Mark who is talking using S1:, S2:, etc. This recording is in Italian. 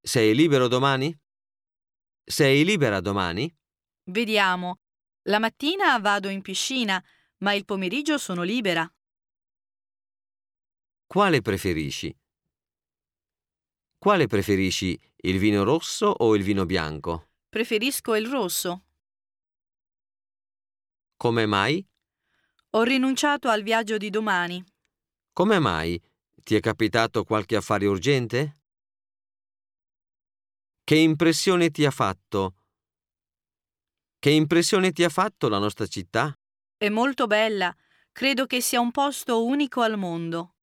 S1: Sei libero domani? Sei libera domani?
S2: Vediamo. La mattina vado in piscina, ma il pomeriggio sono libera.
S1: Quale preferisci? Quale preferisci, il vino rosso o il vino bianco?
S2: Preferisco il rosso.
S1: Come mai?
S2: Ho rinunciato al viaggio di domani.
S1: Come mai? Ti è capitato qualche affare urgente? Che impressione ti ha fatto? Che impressione ti ha fatto la nostra città?
S2: È molto bella. Credo che sia un posto unico al mondo.